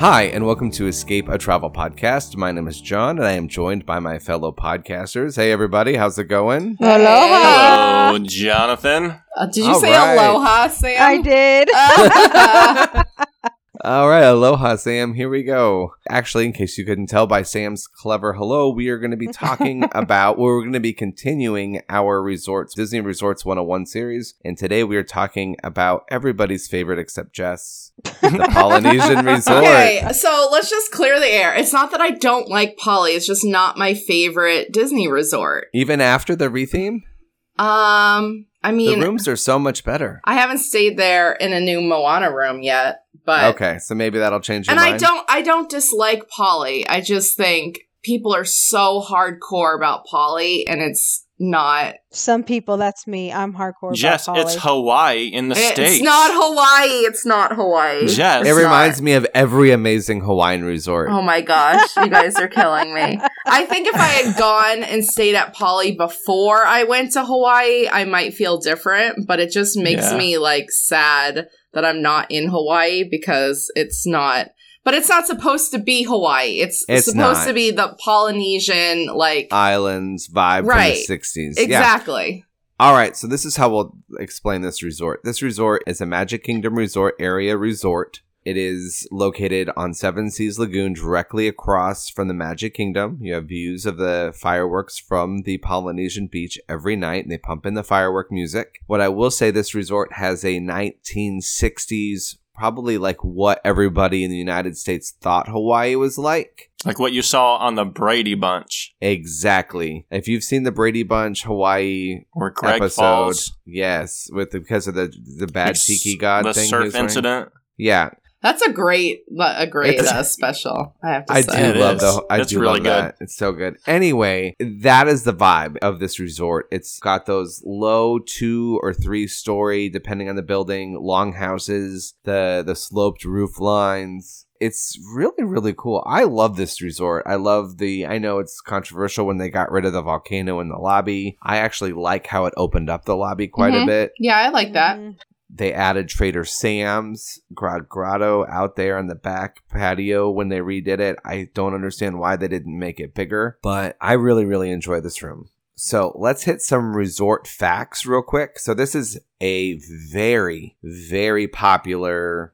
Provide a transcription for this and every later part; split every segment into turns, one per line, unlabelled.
Hi, and welcome to Escape, a travel podcast. My name is John, and I am joined by my fellow podcasters. Hey, everybody, how's it going?
Aloha.
Hello, Oh, Jonathan.
Uh, did you
All
say
right.
aloha, Sam?
I did.
All right, aloha, Sam. Here we go. Actually, in case you couldn't tell by Sam's clever hello, we are going to be talking about, well, we're going to be continuing our resorts, Disney Resorts 101 series. And today we are talking about everybody's favorite except Jess, the Polynesian Resort.
Okay, so let's just clear the air. It's not that I don't like Polly, it's just not my favorite Disney resort.
Even after the retheme,
Um, I
the
mean,
rooms are so much better.
I haven't stayed there in a new Moana room yet, but
Okay, so maybe that'll change your
and
mind.
I don't I don't dislike Polly. I just think people are so hardcore about Polly and it's not
Some people, that's me. I'm hardcore.
Jess,
about
it's
Polly.
Hawaii in the
it's
States.
not Hawaii. It's not Hawaii.
Jess.
It
It's not.
reminds me of every amazing Hawaiian resort.
Oh my gosh, you guys are killing me. I think if I had gone and stayed at Polly before I went to Hawaii, I might feel different, but it just makes
Yeah.
me like sad that I'm not in Hawaii because it's not but it's not supposed to be Hawaii. It's,
It's
supposed
not.
to be the Polynesian like
Islands vibe
Right.
from the 60s. Yeah.
Exactly.
All right, so this is how we'll explain this resort. This resort is a Magic Kingdom Resort area resort. It is located on Seven Seas Lagoon, directly across from the Magic Kingdom. You have views of the fireworks from the Polynesian beach every night, and they pump in the firework music. What I will say, this resort has a 1960s, probably like what everybody in the United States thought Hawaii was like.
Like what you saw on the Brady Bunch
Exactly. If you've seen the Brady Bunch Hawaii
or Greg
episode,
Falls.
yes, with the, because of the the bad
It's
tiki god
The
thing, he was
surf
wearing.
incident.
Yeah,
That's a great a great
It's-
uh, special. I have to
I do
say.
It
love
is.
the. I
It's
do
really
love that. It's so good. Anyway, that is the vibe of this resort. It's got those low two or three story, depending on the building, long houses, the the sloped roof lines. It's really really cool. I love this resort. I love the. I know it's controversial when they got rid of the volcano in the lobby. I actually like how it opened up the lobby quite a
Mm-hmm.
Mhm.
bit
Yeah, I like that.
Mhm.
they added Trader Sam's Grog Grotto out there on the back patio when they redid it. I don't understand why they didn't make it bigger, but I really, really enjoy this room. So let's hit some resort facts real quick. So this is a very, very popular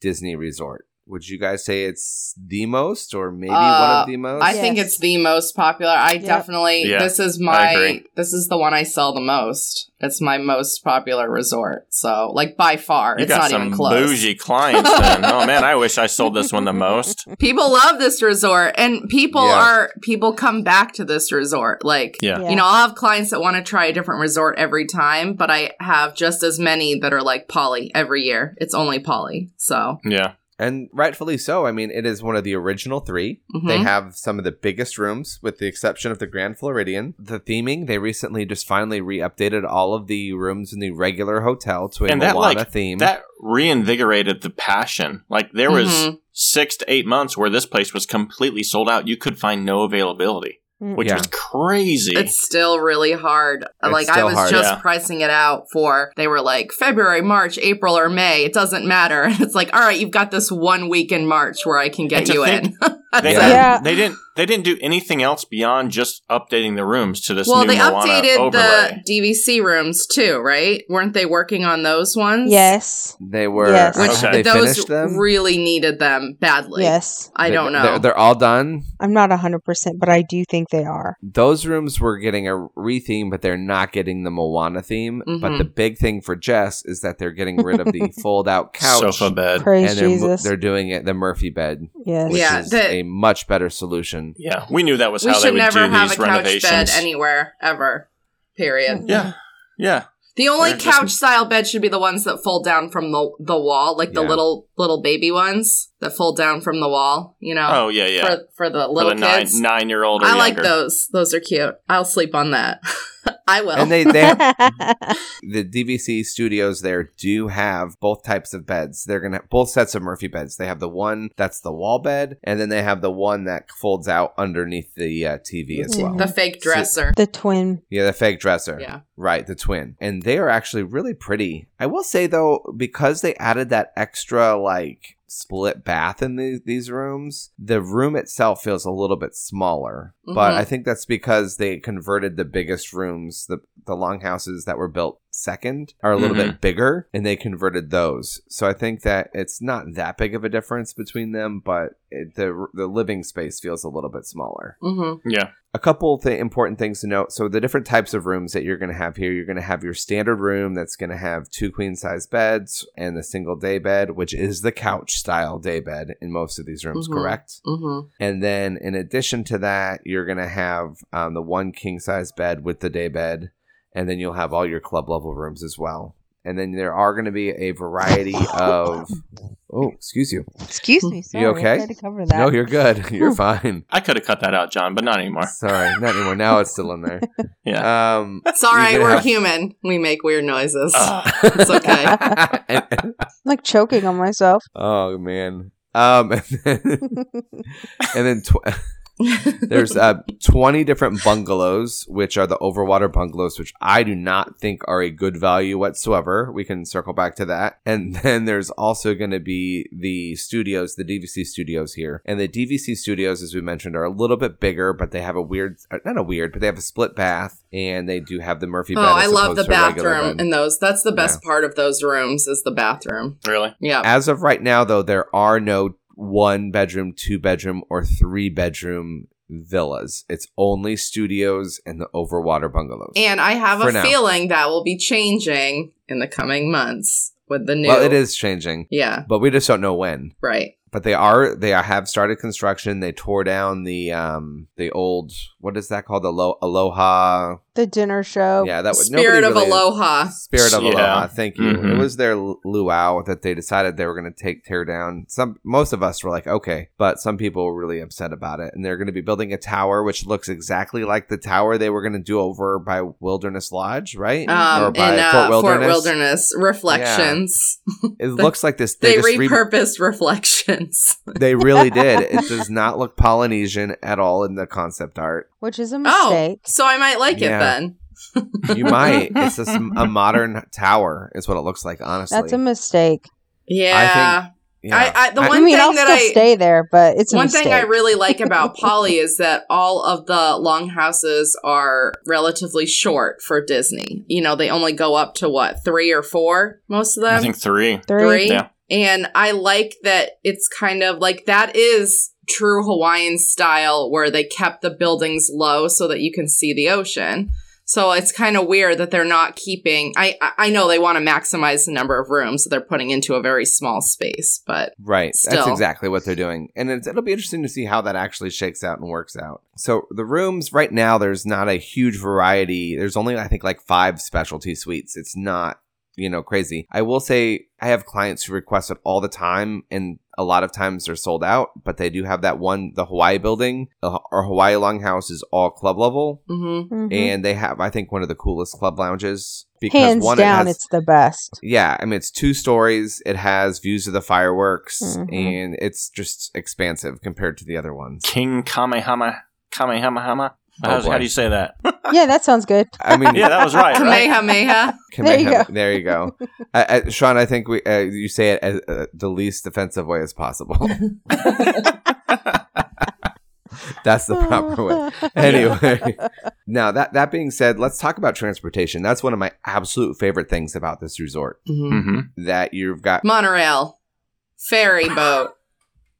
Disney resort. Would you guys say it's the most or maybe one
Uh,
of the most?
I think
Yes.
it's the most popular. I
Yep.
definitely
Yeah,
this is my
agree.
this is the one I sell the most. It's my most popular resort. So like by far,
You
it's
got
not
some
even close.
bougie clients then. oh man, I wish I sold this one the most.
People love this resort, and people
Yeah.
are people come back to this resort. Like
Yeah.
Yeah.
you know, I'll have clients that want to try a different resort every time, but I have just as many that are like Polly every year. It's only Polly. So
Yeah.
and rightfully so. I mean, it is one of the original three.
mhm.
They have some of the biggest rooms, with the exception of the Grand Floridian. The theming, they recently just finally re updated all of the rooms in the regular hotel to a
And that,
Moana
like,
theme.
That reinvigorated the passion. Like there was
Mhm.
six to eight months where this place was completely sold out. You could find no availability,
Mm.
which
Yeah.
was crazy.
It's still really hard.
It's
like I
still
was
hard,
just
yeah.
pricing it out for they were like February, March, April, or May. It doesn't matter. It's like, all right, you've got this one week in March where I can
And
get
to
you
think
in.
They,
Yeah.
Yeah.
they didn't. They didn't do anything else beyond just updating the rooms to this.
well,
new
they
Moana
updated
overlay.
the DVC rooms too, right? Weren't they working on those ones?
Yes.
they were.
Yes.
I don't
Which
know if they
Okay.
those
finished them.
really needed them badly.
yes.
I
They-
don't know.
They're, they're all done.
I'm not 100%, but I do think they are.
Those rooms were getting a retheme, but they're not getting the Moana theme. But
Mhm.
the big thing for Jess is that they're getting rid of the fold out couch.
sofa bed.
And
Praise
they're, mo-
Jesus.
they're doing it the Murphy bed,
yes.
which
Yeah,
is
the-
a much better solution.
Yeah, we knew that was
we
how they
should
would
never
do
have a
these
couch
renovations.
bed anywhere ever. Period.
yeah, yeah,
The only
They're just-
couch style bed should be the ones that fold down from the the wall, like the
Yeah.
little little baby ones. that fold down from the wall, you know,
Oh yeah, yeah.
for, for the
For
little
the nine
kids.
nine year old.
I like those. Those are cute. I'll sleep on that. I will.
And they, they have, the DVC studios there do have both types of beds. They're gonna both sets of Murphy beds. They have the one that's the wall bed, and then they have the one that folds out underneath the uh, TV as well.
the fake dresser.
the twin.
yeah, the fake dresser.
yeah.
Right, the twin. And they are actually really pretty. I will say though, because they added that extra like split bath in the, these rooms, the room itself feels a little bit smaller. But
Mhm.
I think that's because they converted the biggest rooms, the the longhouses that were built second are a little bit bigger and they converted those. So I think that it's not that big of a difference between them, but it, the the living space feels a little bit smaller
hmm
Yeah.
a couple th- important things to note. So the different types of rooms that you're going to have here, you're going to have your standard room that's going to have two queen size beds and the single day bed, which is the couch style day bed in most of these rooms,
Mhm.
correct?
hmm
And then in addition to that, you're going to have um, the one king size bed with the day bed, and then you'll have all your club level rooms as well. And then there are going to be a variety of. Oh, excuse you.
Excuse me. Sorry,
okay?
I had to cover that.
No, you're good. You're fine.
I could have cut that out, John, but not anymore.
Sorry, not anymore. Now it's still in there. yeah. Um,
It's all right.
gonna
We're
have-
human. We make weird noises.
Ah.
it's okay.
And-
I'm like choking on myself.
oh man. Um, and then, and then tw- there's uh, 20 different bungalows, which are the overwater bungalows, which I do not think are a good value whatsoever. We can circle back to that. And then there's also going to be the studios, the DVC studios here. And the DVC studios, as we mentioned, are a little bit bigger, but they have a weird, uh, not a weird, but they have a split bath and they do have the Murphy
Oh,
bed.
I
as
love the
opposed to a regular
bathroom
bed.
in those. That's the best part of those rooms is the bathroom.
Really?
Yeah.
As of right now, though, there are no one bedroom, two bedroom, or three bedroom villas. It's only studios and the overwater bungalows.
And I have
For
a
now.
feeling that will be changing in the coming months with the new.
well, it is changing,
Yeah.
but we just don't know when.
Right.
But they are they are, have started construction. They tore down the um the old what is that called the Lo- Aloha?
The dinner show.
Yeah, that was
Oh, Spirit
nobody
of
really-
Aloha.
Spirit of
Yeah.
Aloha. Thank you.
Mhm.
It was their lu- luau that they decided they were going to take tear down. Some most of us were like, okay, but some people were really upset about it, and they're going to be building a tower which looks exactly like the tower they were going to do over by Wilderness Lodge, right?
Um,
or
in
by
uh,
Fort
Fort,
Wilderness.
Wilderness. Reflections.
It looks like this. They,
They,
just re-
repurposed Reflections.
they really did. It does not look Polynesian at all in the concept art.
Which is a
Oh,
mistake.
so I might like
Yeah.
it then.
You might. It's just a modern tower, is what it looks like. Honestly,
That's a mistake.
Yeah.
Yeah.
I, I, the
I-
one
I mean,
thing
I'll
that
still
I
stay there, but it's a
one
mistake.
thing I really like about Polly is that all of the longhouses are relatively short for Disney. You know, they only go up to what three or four most of them.
I think three.
three.
Yeah.
And I like that it's kind of like that is true Hawaiian style where they kept the buildings low so that you can see the ocean. So it's kind of weird that they're not keeping. I I- I know they want to maximize the number of rooms that they're putting into a very small space, but
Right. That's
Still.
exactly what they're doing. And it's, it'll be interesting to see how that actually shakes out and works out. So, the rooms right now, there's not a huge variety. There's only, I think, like five specialty suites. It's not, you know, crazy. I will say I have clients who request it all the time, and a lot of times they're sold out, but they do have that one, the Hawaii building. The, our Hawaii Longhouse is all club level.
mhm.
Mhm.
And they have, I think, one of the coolest club lounges because
Hands
one,
down,
it has,
it's the best.
yeah, I mean it's two stories. It has views of the fireworks,
Mhm.
and it's just expansive compared to the other ones.
King Kamehama Kamehameha.
Oh,
How's- how
boy.
do you say that?
Yeah, that sounds good.
I mean,
yeah, that was right. right?
Kamehameha.
There you
Kamehameha-
go.
there you go. I, I, Sean, I think we uh, you say it as, uh, the least offensive way as possible. That's the proper way. Anyway, now that that being said, let's talk about transportation. That's one of my absolute favorite things about this resort.
Mhm.
Mm-hmm.
That you've got
monorail, ferry boat,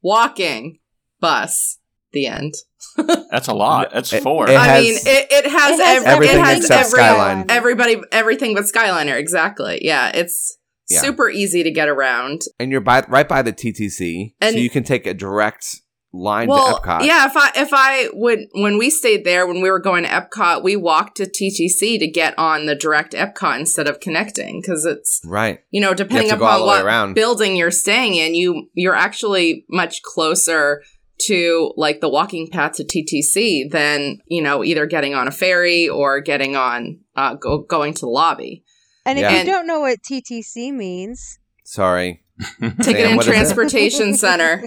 walking, bus. The end.
Mm-hmm. That's a lot. That's
It-
four.
it-
I
has-
mean, it, it has, ev-
everything
it has
except
every,
Skyline.
everybody, everything but Skyliner. Exactly. Yeah, it's
Yeah.
super easy to get around.
and you're by right by the TTC,
And-
so you can take a direct line
well,
to Epcot.
yeah. If I if I would when we stayed there when we were going to Epcot, we walked to TTC to get on the direct Epcot instead of connecting because it's
Right.
you know depending
to go all
upon
the way
what
around.
building you're staying in, you you're actually much closer to like the walking path to TTC than you know either getting on a ferry or getting on uh, go, going to the lobby.
And if
Yeah.
you
And-
don't know what TTC means,
Sorry.
Ticket
Sam,
and
what is it?
Transportation Center.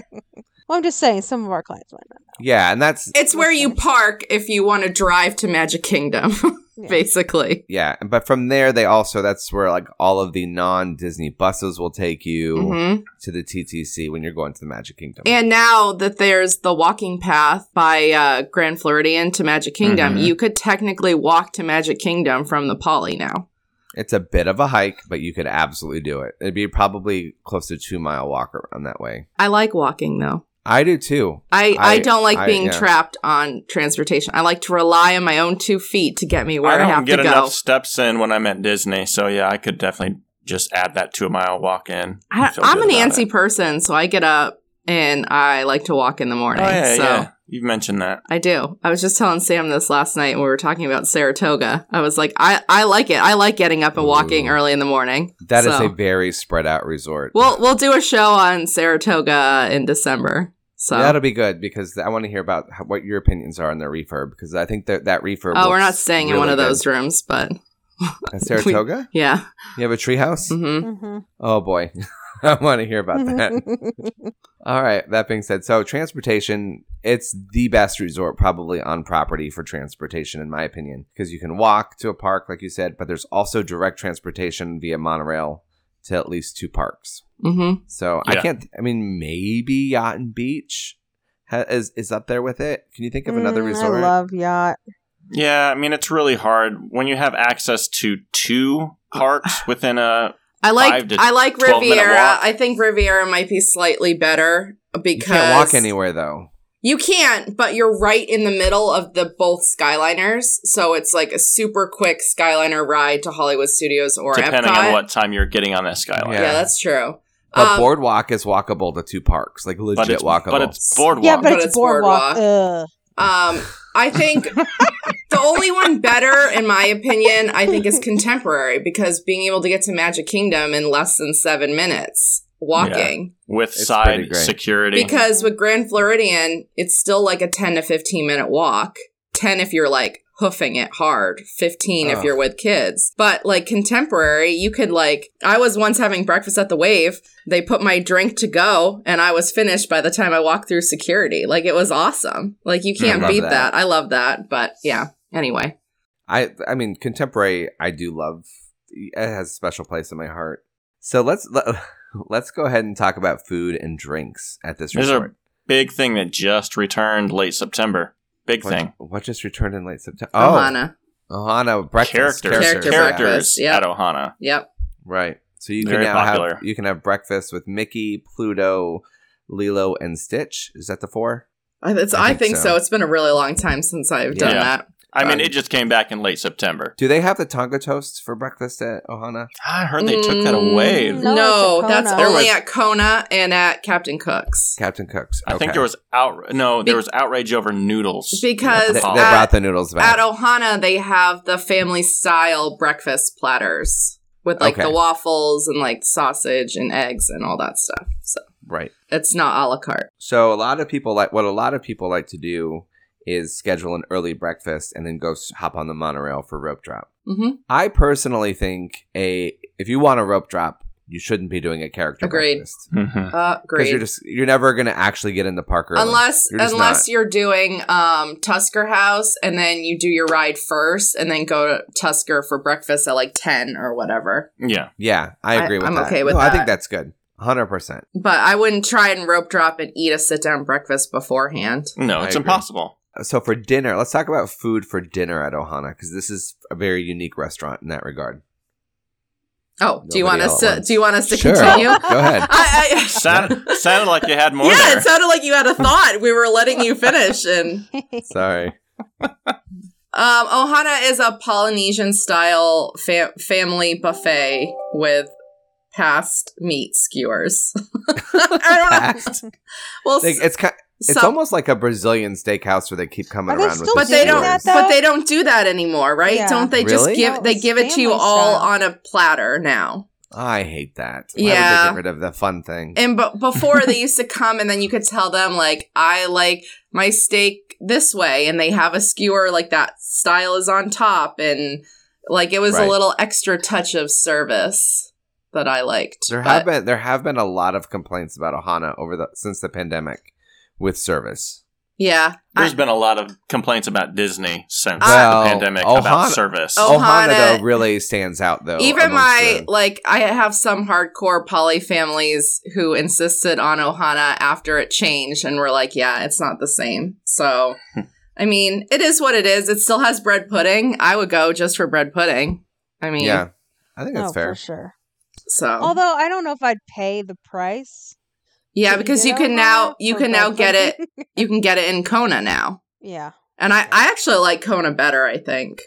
well, I'm just saying some of our clients might not.
Yeah, and that's
It's where you park if you want to drive to Magic Kingdom,
Yeah.
basically.
yeah, but from there they also that's where like all of the non-Disney buses will take you
hmm
to the TTC when you're going to the Magic Kingdom.
And now that there's the walking path by uh, Grand Floridian to Magic Kingdom,
Mhm.
you could technically walk to Magic Kingdom from the Poly now.
it's a bit of a hike, but you could absolutely do it. It'd be probably close to 2-mile walk around that way.
I like walking though.
I do too.
I, I,
I-
don't like
I-
being
yeah.
trapped on transportation. I like to rely on my own two feet to get me where
I
I,
don't
have
get
to
enough
go.
steps in when I'm at Disney, so yeah, I could definitely just add that to a mile walk in.
I,
Feel
I'm
good
an
about
antsy
it.
person, so I get up and I like to walk in the
Oh
morning.
yeah,
so
yeah. You've mentioned that.
I do. I was just telling Sam this last night when we were talking about Saratoga. I was like, I, I like it. I like getting up and walking
Ooh.
early in the morning.
That is
So-
a very spread out resort.
We'll we'll do a show on Saratoga in December. So
That'll be good because I want to hear about how, what your opinions are on the refurb because I think that that refurb.
oh, we're
looks
not staying in
really
one of
good.
those rooms, but
At Saratoga,
yeah.
you have a treehouse.
hmm
Oh boy, I want to hear about that.
Mhm.
All right. That being said, so transportation, it's the best resort probably on property for transportation, in my opinion, because you can walk to a park, like you said, but there's also direct transportation via monorail to at least two parks.
hmm
So I
Yeah.
can't. I mean, maybe Yacht and Beach ha- is is up there with it. Can you think of another
Mm,
resort?
I love yacht.
Yeah, I mean it's really hard when you have access to two parks within a.
I
Five
like
to
I like
12 minute
Riviera.
walk.
I think Riviera might be slightly better
you
because
can't walk anywhere though.
You can't, but you're right in the middle of the both Skyliners, so it's like a super quick Skyliner ride to Hollywood Studios or
Depending
Epcot.
on what time you're getting on that skyline,
yeah.
Yeah.
that's true.
But
Um,
boardwalk is walkable to two parks, like legit
but it's
walkable.
but it's boardwalk.
Yeah, but
But
it's,
it's
boardwalk. Ugh.
Um, I think the only one better, in my opinion, I think is contemporary because being able to get to Magic Kingdom in less than seven minutes walking.
with
It's pretty
side
great.
security.
Because with Grand Floridian, it's still like a 10 to 15 minute walk. 10 if you're like hoofing it hard, 15 if
Ugh.
you're with kids. But like contemporary, you could like, I was once having breakfast at the Wave. They put my drink to go and I was finished by the time I walked through security. Like it was awesome. Like you
I
can't
love
beat
that.
that. I love that. But yeah, anyway.
I I mean contemporary I do love it has a special place in my heart. So let's le- let's go ahead and talk about food and drinks at this
There's a
resort.
big thing that just returned late September. Big
what,
thing.
what just returned in late September? Oh, Ohana,
Ohana.
breakfast
characters, characters,
Character
yeah.
breakfast, yeah.
at Ohana.
Yep.
Right. So you
Very
can now
popular.
have you can have breakfast with Mickey, Pluto, Lilo, and Stitch. Is that the four?
I, it's,
I
I,
think
think
so.
so. It's been a really long time since I've done
Yeah.
that.
I mean,
Um,
it just came back in late September.
Do they have the Tonga toast for breakfast at Ohana?
I heard they took that
Mm,
away.
No,
No,
it's at
that's
Kona.
only
There was-
at Kona and at Captain Cook's.
Captain Cook's.
I think
Okay.
there was out. No,
Be-
there was outrage over noodles
Because
They, they
at-
brought the noodles
At
back.
Ohana, they have the family style breakfast platters with like
Okay.
the waffles and like sausage and eggs and all that stuff. So
right.
it's not a la carte.
So a lot of people like what a lot of people like to do is schedule an early breakfast and then go s- hop on the monorail for rope drop.
hmm
I personally think a if you want a rope drop, you shouldn't be doing a character
Agreed.
breakfast
Mhm.
Uh,
because
great.
you're just you're never going to actually get in the park early.
unless
You're just
unless
not.
you're doing um, Tusker House and then you do your ride first and then go to Tusker for breakfast at like ten or whatever.
Yeah,
yeah, I
I-
agree with
I'm
that.
okay with
No, I
that.
think that's good. 100%.
But I wouldn't try and rope drop and eat a sit down breakfast beforehand.
no,
I
it's
agree.
impossible.
So for dinner, let's talk about food for dinner at Ohana because this is a very unique restaurant in that regard.
Oh, do you want
Nobody
us
all at
to
once.
do you want us to
Sure.
continue?
Go ahead.
I, I,
Sound, sounded like you had more
yeah,
there.
it sounded like you had a thought. We were letting you finish. And
Sorry.
um, Ohana is a Polynesian style fa- family buffet with past meat skewers. I don't know.
Fast.
Well,
Like,
s-
it's ki- It's almost like a Brazilian steakhouse where they keep coming
Are they
around with
still
the
but they
doing
don't.
that,
skewers.
though?
but they don't do that anymore, right?
Yeah.
Don't they
Really?
just give?
No,
they
it's
give it to you
family
all
style.
on a platter now.
I hate that. Why
Yeah.
would they get rid of the fun thing?
And but before they used to come, and then you could tell them like, I like my steak this way, and they have a skewer like that style is on top, and like it was
Right.
a little extra touch of service that I liked.
There
But-
have been there have been a lot of complaints about Ohana over the since the pandemic with service.
yeah,
There's
I-
been a lot of complaints about Disney since
Well,
the pandemic
Ohana-
about service.
Oh,
Ohana
Ohana-
though really stands out though.
even
Oh, amongst
my
the-
like i have some hardcore poly families who insisted on ohana after it changed and were like yeah it's not the same so i mean it is what it is it still has bread pudding i would go just for bread pudding i mean
yeah, I think that's
no,
fair.
Oh,
Um,
for sure.
so
Although I don't know if I'd pay the price.
yeah
that
because you
get
can
over
now you
for
can now
bread
get it
pudding.
you can get it in kona now
yeah.
and i i actually like kona better i think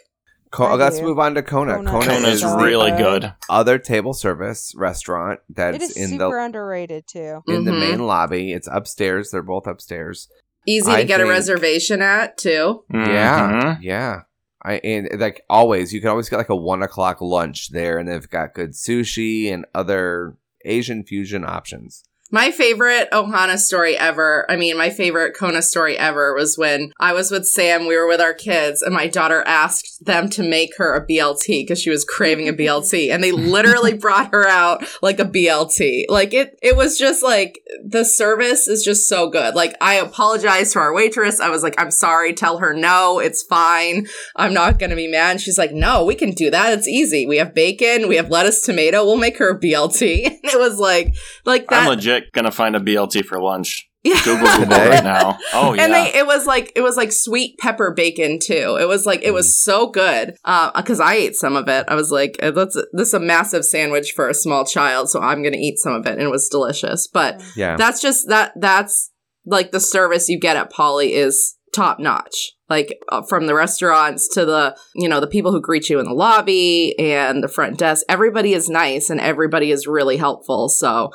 Co-
I
let's
do.
move on to Kona.
Kona
Kona,
Kona
is
Kona's
so
the
really
good.
good.
other table service restaurant
it
that's
is
in
super
the
underrated too.
in the
Mhm.
main lobby. It's upstairs. They're both upstairs.
easy
I
to get
think-
a reservation at too
Yeah,
Mhm.
yeah. I and eh, like always, you can always get like a one o'clock lunch there, and they've got good sushi and other Asian fusion options.
My favorite Ohana story ever, I mean, my favorite Kona story ever was when I was with Sam, we were with our kids, and my daughter asked them to make her a BLT because she was craving a BLT. And they literally brought her out like a BLT. Like it it was just like the service is just so good. Like I apologized to our waitress. I was like, I'm sorry, tell her no, it's fine. I'm not gonna be mad. And she's like, No, we can do that. It's easy. We have bacon, we have lettuce, tomato, we'll make her a BLT. And it was like like that.
I'm legit gonna find a BLT for lunch.
Yeah.
Google Google
Today?
right now. Oh yeah.
And they, it was like it was like sweet pepper bacon too. It was like it
Mm.
was so good because I ate some of it. I was like, eh, "That's this is a massive sandwich for a small child, so I'm gonna eat some of it," and it was delicious. But
Yeah.
Yeah.
that's just that that's like the service you get at Polly is top notch. Like uh, from the restaurants to the you know the people who greet you in the lobby and the front desk, everybody is nice and everybody is really helpful. So.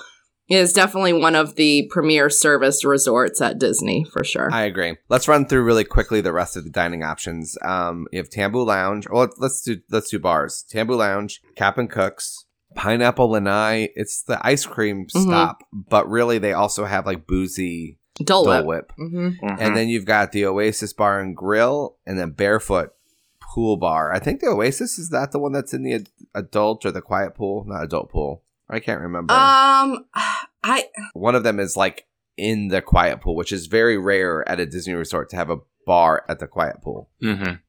It is definitely one of the premier service resorts at Disney for sure.
I agree. Let's run through really quickly the rest of the dining options. Um, you have Tambu Lounge. Well, let's do let's do bars. Tambu Lounge, Cap and Cooks, Pineapple Lanai. It's the ice cream
Mhm.
stop, but really they also have like boozy
Dole Whip.
Dole Whip.
hmm
Mhm.
And then you've got the Oasis Bar and Grill, and then Barefoot Pool Bar. I think the Oasis is that the one that's in the ad- adult or the quiet pool, not adult pool. I can't remember.
Um, I
One of them is like in the quiet pool, which is very rare at a Disney resort to have a bar at the quiet pool.
Mhm.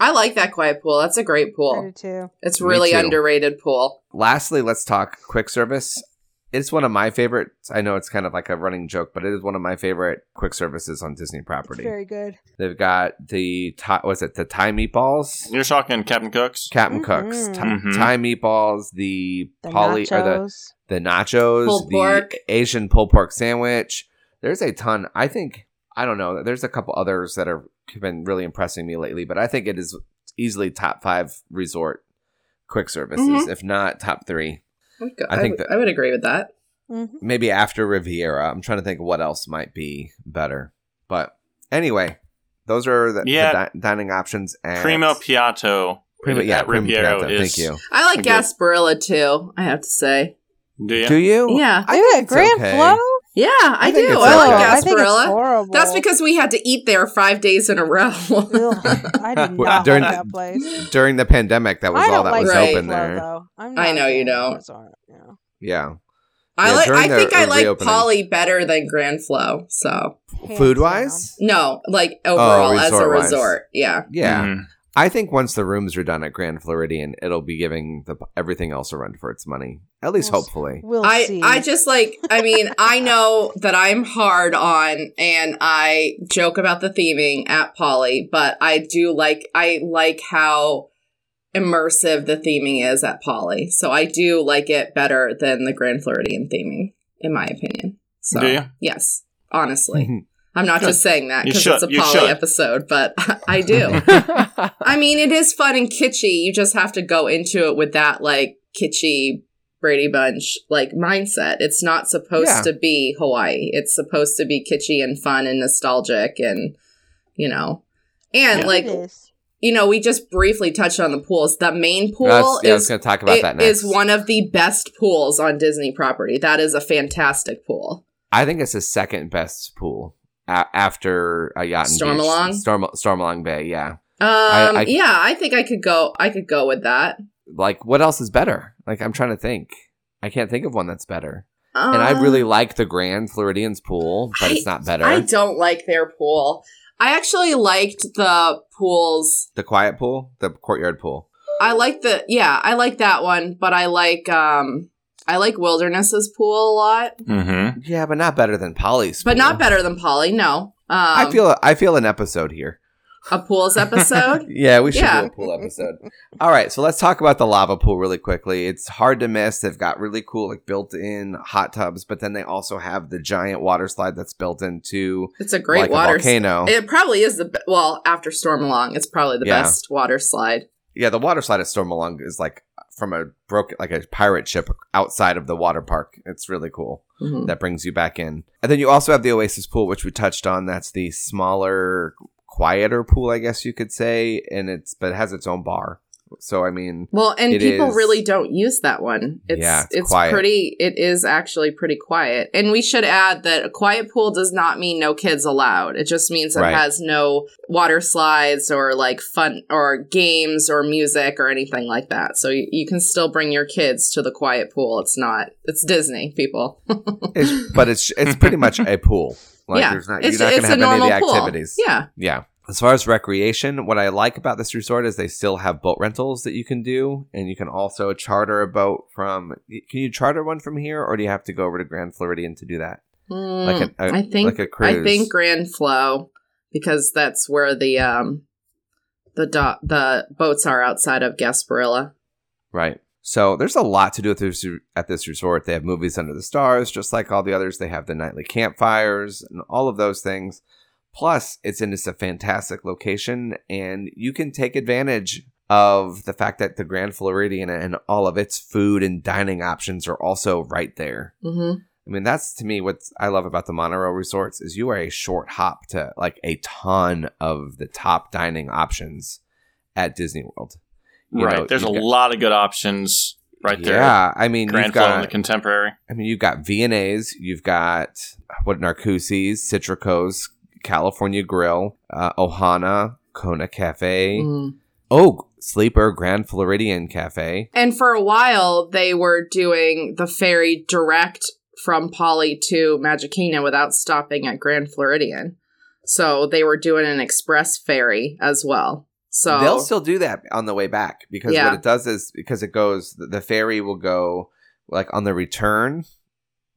I like that quiet pool. That's a great
I do
pool.
too.
It's
Me
really
too.
underrated pool.
Lastly, let's talk quick service. It's one of my favorites. I know it's kind of like a running joke, but it is one of my favorite quick services on Disney
It's
property.
very good.
They've got the Thai, what's it? The Thai meatballs,
You're talking Captain Cooks?
Captain
Mhm.
Cook's Thai,
Mhm.
Thai meatballs, the,
The
poly or the
nachos.
the nachos,
Pulled
the
pork.
Asian pulled pork sandwich. There's a ton. I think I don't know. There's a couple others that are have been really impressing me lately, but I think it is easily top five resort quick services,
Mm-hmm.
Mhm.
if not top three. I
I
think
think
that-
I would agree with that.
Mhm.
maybe after Riviera. I'm trying to think what else might be better. But anyway, those are the, the
Yeah.
di- dining options. And
Primo Piatto.
Primo, yeah,
at
Primo
Riviera
Piatto,
is-
Thank you.
I like
Okay.
Gasparilla too. I have to say,
Do you?
Do you?
yeah,
I
Dude,
think it's
Grand
okay.
Flow?
yeah, I,
I
do.
think it's
I
okay.
like
I
think it's
Gasparilla.
horrible.
That's because we had to eat there five days in a row.
Ugh, I did
Well,
not
during
like
the-
that place.
During the pandemic, that was
I
all
don't
that
like
was
Grand
open
Flow,
there.
Though. I'm
I
not
know
a
you
fan of
don't.
Resort, yeah.
Yeah.
I
Yeah,
like.
during
I
their
think I like
reopening.
Polly better than Grand Flow. So
Hands
Food wise?
no, like overall as a
Oh, resort-wise.
resort, yeah.
Yeah.
Mhm.
I think once the rooms are done at Grand Floridian, it'll be giving the everything else a run for its money. At least
We'll s-
hopefully.
We'll
I,
see.
I just like I mean I know that I'm hard on and I joke about the theming at Polly, but I do like I like how immersive the theming is at Polly. So I do like it better than the Grand Floridian theming, in my opinion. So
Do you? Mm-hmm.
yes, honestly, I'm not
Good.
just saying that
You
because
should-
it's a
you
Polly
should.
episode, but I do. I mean, it is fun and kitschy. You just have to go into it with that like kitschy Brady Bunch like mindset. It's not supposed
Yeah.
to be Hawaii. It's supposed to be kitschy and fun and nostalgic and you know. And
Yeah.
like
It is.
you know, we just briefly touched on the pools. The main pool
That's- yeah, I was
is
going to talk about
it
that next.
is one of the best pools on Disney property. That is a fantastic pool.
I think it's the second best pool a- after a yacht and
Stormalong?
Beach. Storm Stormalong Bay. Yeah,
Um,
I-
yeah, I think I could go. I could go with that.
like what else is better? Like I'm trying to think. I can't think of one that's better.
Um,
and I really like the Grand Floridian's pool, but it's not better.
I don't like their pool. I actually liked the pools.
the quiet pool, the courtyard pool.
I like the yeah, I like that one, but I like um I like Wilderness's pool a lot,
Mm-hmm.
Yeah, but not better than Polly's.
but not
pool.
better than Polly. No, um,
I feel I feel an episode here.
a pools episode.
Yeah, we should
Yeah.
do a pool episode. All right, so let's talk about the lava pool really quickly. It's hard to miss. They've got really cool like built-in hot tubs, but then they also have the giant water slide that's built into
It's a great
like a
water. slide.
volcano.
It probably is the be- well after Storm Along. It's probably the
Yeah.
best water slide.
yeah, the water slide at Stormalong is like from a broken like a pirate ship outside of the water park. It's really cool.
Mhm.
that brings you back in. And then you also have the Oasis pool, which we touched on. That's the smaller, quieter pool, I guess you could say, and it's but it has its own bar. So I mean,
Well, and
It
people
is-
really don't use that one. It's
Yeah, it's
it's,
quiet.
pretty it is actually pretty quiet. And we should add that a quiet pool does not mean no kids allowed. It just means it
Right.
has no water slides or like fun or games or music or anything like that. So you, you can still bring your kids to the quiet pool. It's not it's Disney, people.
it's, but it's it's pretty much a pool. Like
yeah.
there's not
it's
you're not
it's
gonna
a
have any of
normal
the
pool.
activities.
Yeah.
Yeah. As far as recreation, what I like about this resort is they still have boat rentals that you can do, and you can also charter a boat from. Can you charter one from here, or do you have to go over to Grand Floridian to do that?
Mm,
a-
I think
like a cruise.
I think Grand Flow because that's where the um the do- the boats are outside of Gasparilla.
Right. So there's a lot to do at this at this resort. They have movies under the stars, just like all the others. They have the nightly campfires and all of those things. Plus, it's in just a fantastic location, and you can take advantage of the fact that the Grand Floridian and all of its food and dining options are also right there.
Mm-hmm.
I mean, that's to me what I love about the Monorail resorts is you are a short hop to like a ton of the top dining options at Disney World. You
Right.
know,
There's a
you've got-
lot of good options right there.
Yeah, I mean, you've
Grand Flow and
got
the Contemporary.
I mean, you've got V&A's, you've got what Narcoosies, Citrico's, California Grill, uh, Ohana, Kona Cafe,
Mm.
Oh Sleeper Grand Floridian Cafe.
And for a while, they were doing the ferry direct from Polly to Magic Kingdom without stopping at Grand Floridian. So they were doing an express ferry as well. So
They'll still do that on the way back because
Yeah.
what it does is because it goes the ferry will go like on the return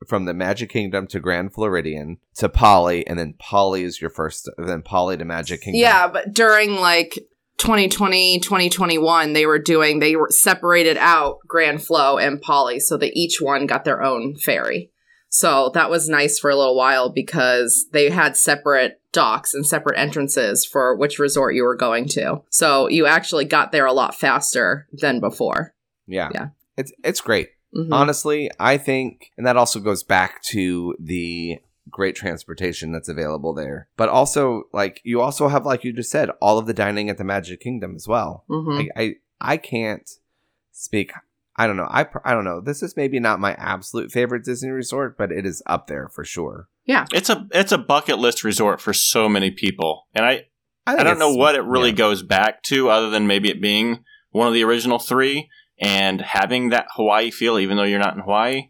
from the Magic Kingdom to Grand Floridian to Polly, and then Polly is your first, then Polly to Magic Kingdom.
Yeah, but during like 2020, 2021, they were doing, they were separated out Grand Flow and Polly so that each one got their own ferry. So that was nice for a little while because they had separate docks and separate entrances for which resort you were going to. So you actually got there a lot faster than before.
yeah,
Yeah.
It's it's great.
Mhm.
Honestly, I think, and that also goes back to the great transportation that's available there. But also, like you also have, like you just said, all of the dining at the Magic Kingdom as well.
Mhm.
Like, I I can't speak. I don't know. I pr- I don't know. This is maybe not my absolute favorite Disney resort, but it is up there for sure.
It's a it's a bucket list resort for so many people, and I
think
I don't know
it's-
what it really
yeah.
goes back to, other than maybe it being one of the original three and having that Hawaii feel, even though you're not in Hawaii.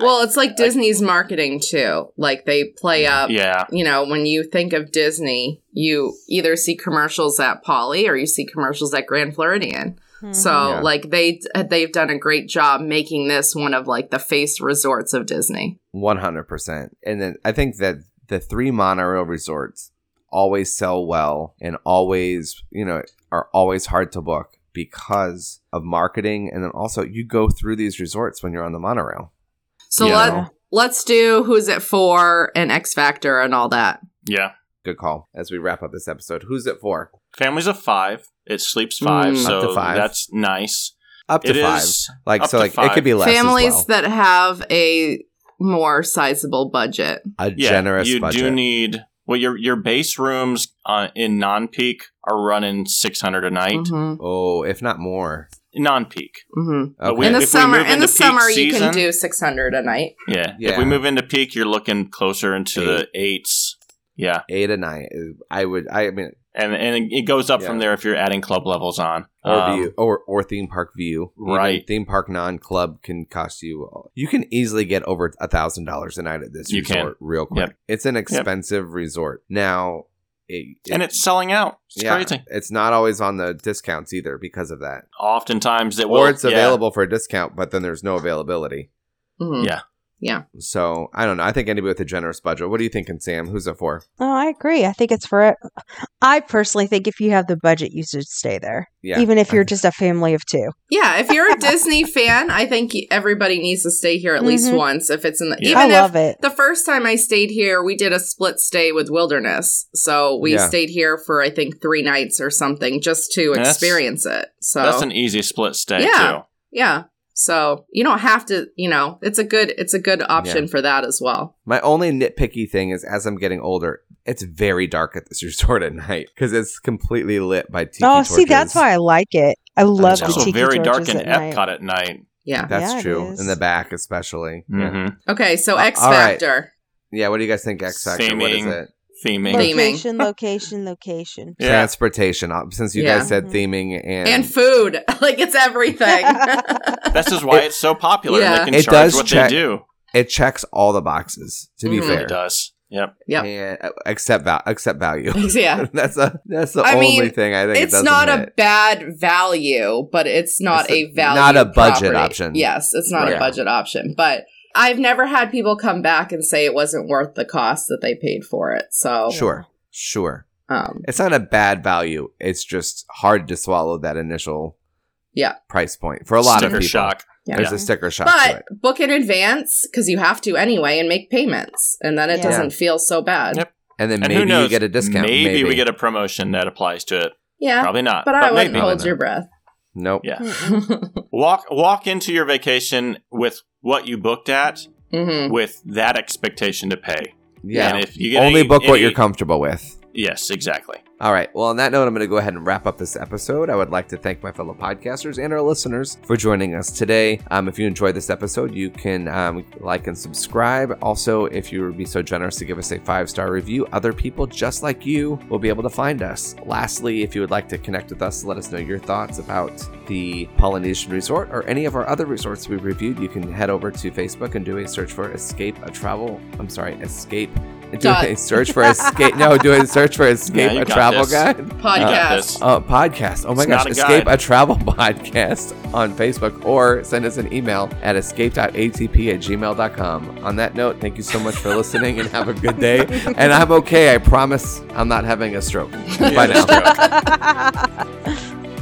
Well, it's like Disney's marketing too. Like they play up
Yeah,
you know, when you think of Disney, you either see commercials at Polly or you see commercials at Grand Floridian. So,
Mhm.
Yeah.
like they they've done a great job making this one of like the face resorts of Disney.
One hundred percent. And then I think that the three monorail resorts always sell well and always, you know, are always hard to book because of marketing. And then also you go through these resorts when you're on the monorail.
So
Yeah.
let let's do who's it for and X Factor and all that.
yeah.
Good call. As we wrap up this episode, who's it for?
Families of five. It sleeps five,
Mm.
Up to
so
five.
that's nice.
Up to
It
five.
is
like
up
so,
to
like it could
five.
be less.
Families
Families, as well.
that have a more sizable budget.
a generous
you
budget.
do need well your your base rooms uh, in non-peak are running 600 a night
Mhm,
oh, if not more.
non-peak
mhm.
But
Okay.
we-
In the
if
summer,
move
in the
into peak
summer, you
season-
can do six hundred a night.
yeah. if
Yeah.
we move into peak you're looking closer into the eights yeah
Eight and nine. is- I would. I mean,
and and it goes up
Yeah.
from there if you're adding club levels on
or
Um,
view, or or theme park view. Even
right.
theme park non club can cost you. You can easily get over a thousand dollars a night at this
You can.
resort real quick. It's an expensive resort now. It,
and it's selling out it's
yeah,
crazy
It's not always on the discounts either because of that.
oftentimes it will
or it's
yeah.
available for a discount, but then there's no availability.
Mhm.
Yeah.
So I don't know. I think anybody with a generous budget. What are you thinking, Sam? Who's it for?
Oh, I agree. I think it's for it. I personally think if you have the budget, you should stay there,
Yeah.
even if
I
you're just a family of two.
Yeah, if you're a Disney fan, I think everybody needs to stay here at least
Mhm.
once. If it's in the
Yeah.
even
I
if
love it.
the first time I stayed here, we did a split stay with Wilderness, so we
Yeah.
stayed here for I think three nights or something just to
That's-
experience it. So
that's an easy split stay
Yeah.
too
yeah, so you don't have to. You know, it's a good it's a good option for that as well.
My only nitpicky thing is as I'm getting older, it's very dark at this resort at night because it's completely lit by tiki
Oh, see, that's
torches.
why I like it. I love
it's
the
also
tiki
very dark
torches
in
at night.
epcot at night
Yeah.
That's
Yeah, it
true.
is.
In the back, especially. Yeah.
mm-hmm.
Okay, so
Uh,
X
all right.
Factor.
yeah. What do you guys think? X Factor. What is
Theming.
it?
theming
Theming.
Location, location, location.
Yeah.
Transportation. uh, Since you
Yeah. Mm-hmm.
guys said
Mhm.
theming and,
And food, like it's everything.
This is why
It-
it's so popular.
Yeah.
They can
It
charge
does
what
check-
they do.
it checks all the boxes. To be
Mhm.
It
fair,
really does. Yep.
Yep.
And, uh, except val- except value.
yeah,
that's a that's the
I
only
mean,
thing I think. it
it's
doesn't
not
hit.
a bad value, but it's not
It's
a,
a-
value,
not a budget
property.
option.
Yes, it's not
Right.
a budget option, but. I've never had people come back and say it wasn't worth the cost that they paid for it. So,
Sure, sure.
um,
It's not a bad value. It's just hard to swallow that initial
Yeah.
price point for a lot
Sticker
of people.
shock.
Yeah.
There's
Yeah.
a sticker shock to
but
it.
book in advance because you have to anyway and make payments, and then it
Yeah.
doesn't feel so bad.
Yep.
And then
And who
maybe
knows?
you get a discount.
Maybe,
Maybe,
we get a promotion that applies to it.
Yeah,
Probably not.
but I wouldn't
maybe.
hope-
hold your breath.
Nope.
Yeah.
mm-hmm.
Walk walk into your vacation with what you booked at,
Mm-hmm.
with that expectation to pay.
Yeah.
And if you get
Only
any-
book what
any-
you're comfortable with.
Yes, exactly.
All right. Well, on that note, I'm going to go ahead and wrap up this episode. I would like to thank my fellow podcasters and our listeners for joining us today. Um, if you enjoyed this episode, you can um, like and subscribe. Also, if you would be so generous to give us a five star review, other people just like you will be able to find us. Lastly, if you would like to connect with us, let us know your thoughts about the Polynesian Resort or any of our other resorts we reviewed. You can head over to Facebook and do a search for Escape a Travel. I'm sorry, Escape. Do
Dot.
a search for escape. No, do a search for escape
Yeah,
escape
you
a
got
travel
this.
guide
You got
Podcast.
this.
uh, podcast oh my
It's
gosh
not a
escape
guide.
a travel podcast on facebook or send us an email at escape.atp at gmail.com on that note thank you so much for listening and have a good day and i'm okay i promise i'm not having a stroke
Yeah,
bye now
that's true.